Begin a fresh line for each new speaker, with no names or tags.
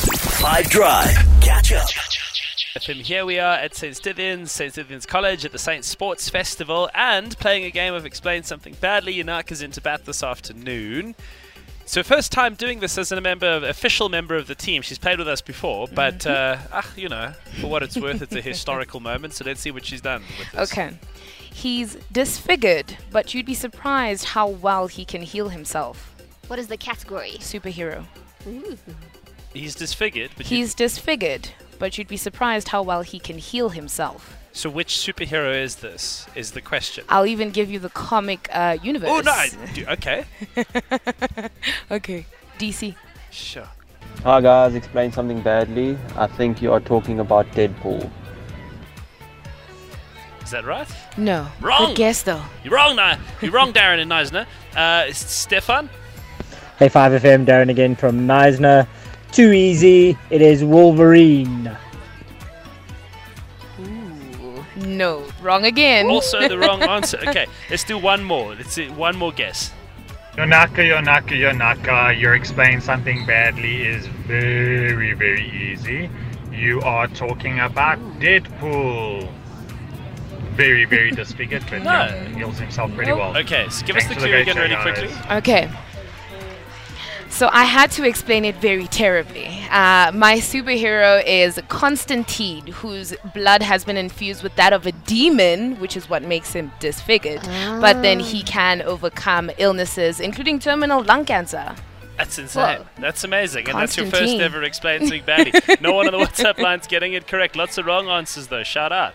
Five Drive. Catch up.
From here we are at St. Stithians, St. Stithians College at the Saint Sports Festival and playing a game of Explain Something Badly. Yanaka's into bat this afternoon. So first time doing this as a member, of, official member of the team. She's played with us before, but uh,
Mm-hmm.
ah, you know, for what it's worth, it's a historical moment. So let's see what she's done. With this.
Okay. He's disfigured, but you'd be surprised how well he can heal himself.
What is the category?
Superhero.
He's disfigured. But you-
He's disfigured, but you'd be surprised how well he can heal himself.
so which superhero is this? Is the question.
I'll even give you the comic uh, universe.
Oh no! I do- okay,
Okay. DC.
sure.
Hi guys, explain something badly. I think you are talking about Deadpool.
Is that right?
No.
Wrong.
Good guess though.
You're wrong, now. You're wrong, Darren and Neisner. Uh, S- Stefan.
Hey 5FM, Darren again from Meisner. Too easy, it is Wolverine.
Ooh. No. Wrong again.
Also the wrong answer. Okay, let's do one more. Let's do one more guess.
Yonaka, Yonaka, Yonaka, you're explaining something badly is very, very easy. You are talking about Deadpool. Very, very disfigured, but
No.
he heals himself pretty
Nope.
well.
Okay, so give us the
Thanks for the
clue
great
again
show,
really
guys.
quickly.
Okay. So I had to explain it very terribly. Uh, my superhero is Constantine, whose blood has been infused with that of a demon, which is what makes him disfigured. But then he can overcome illnesses, including terminal lung cancer.
That's insane.
Whoa.
That's amazing. And that's your first
Constantine.
ever explain something badly. no one on the WhatsApp line's getting it correct. Lots of wrong answers though. Shout out.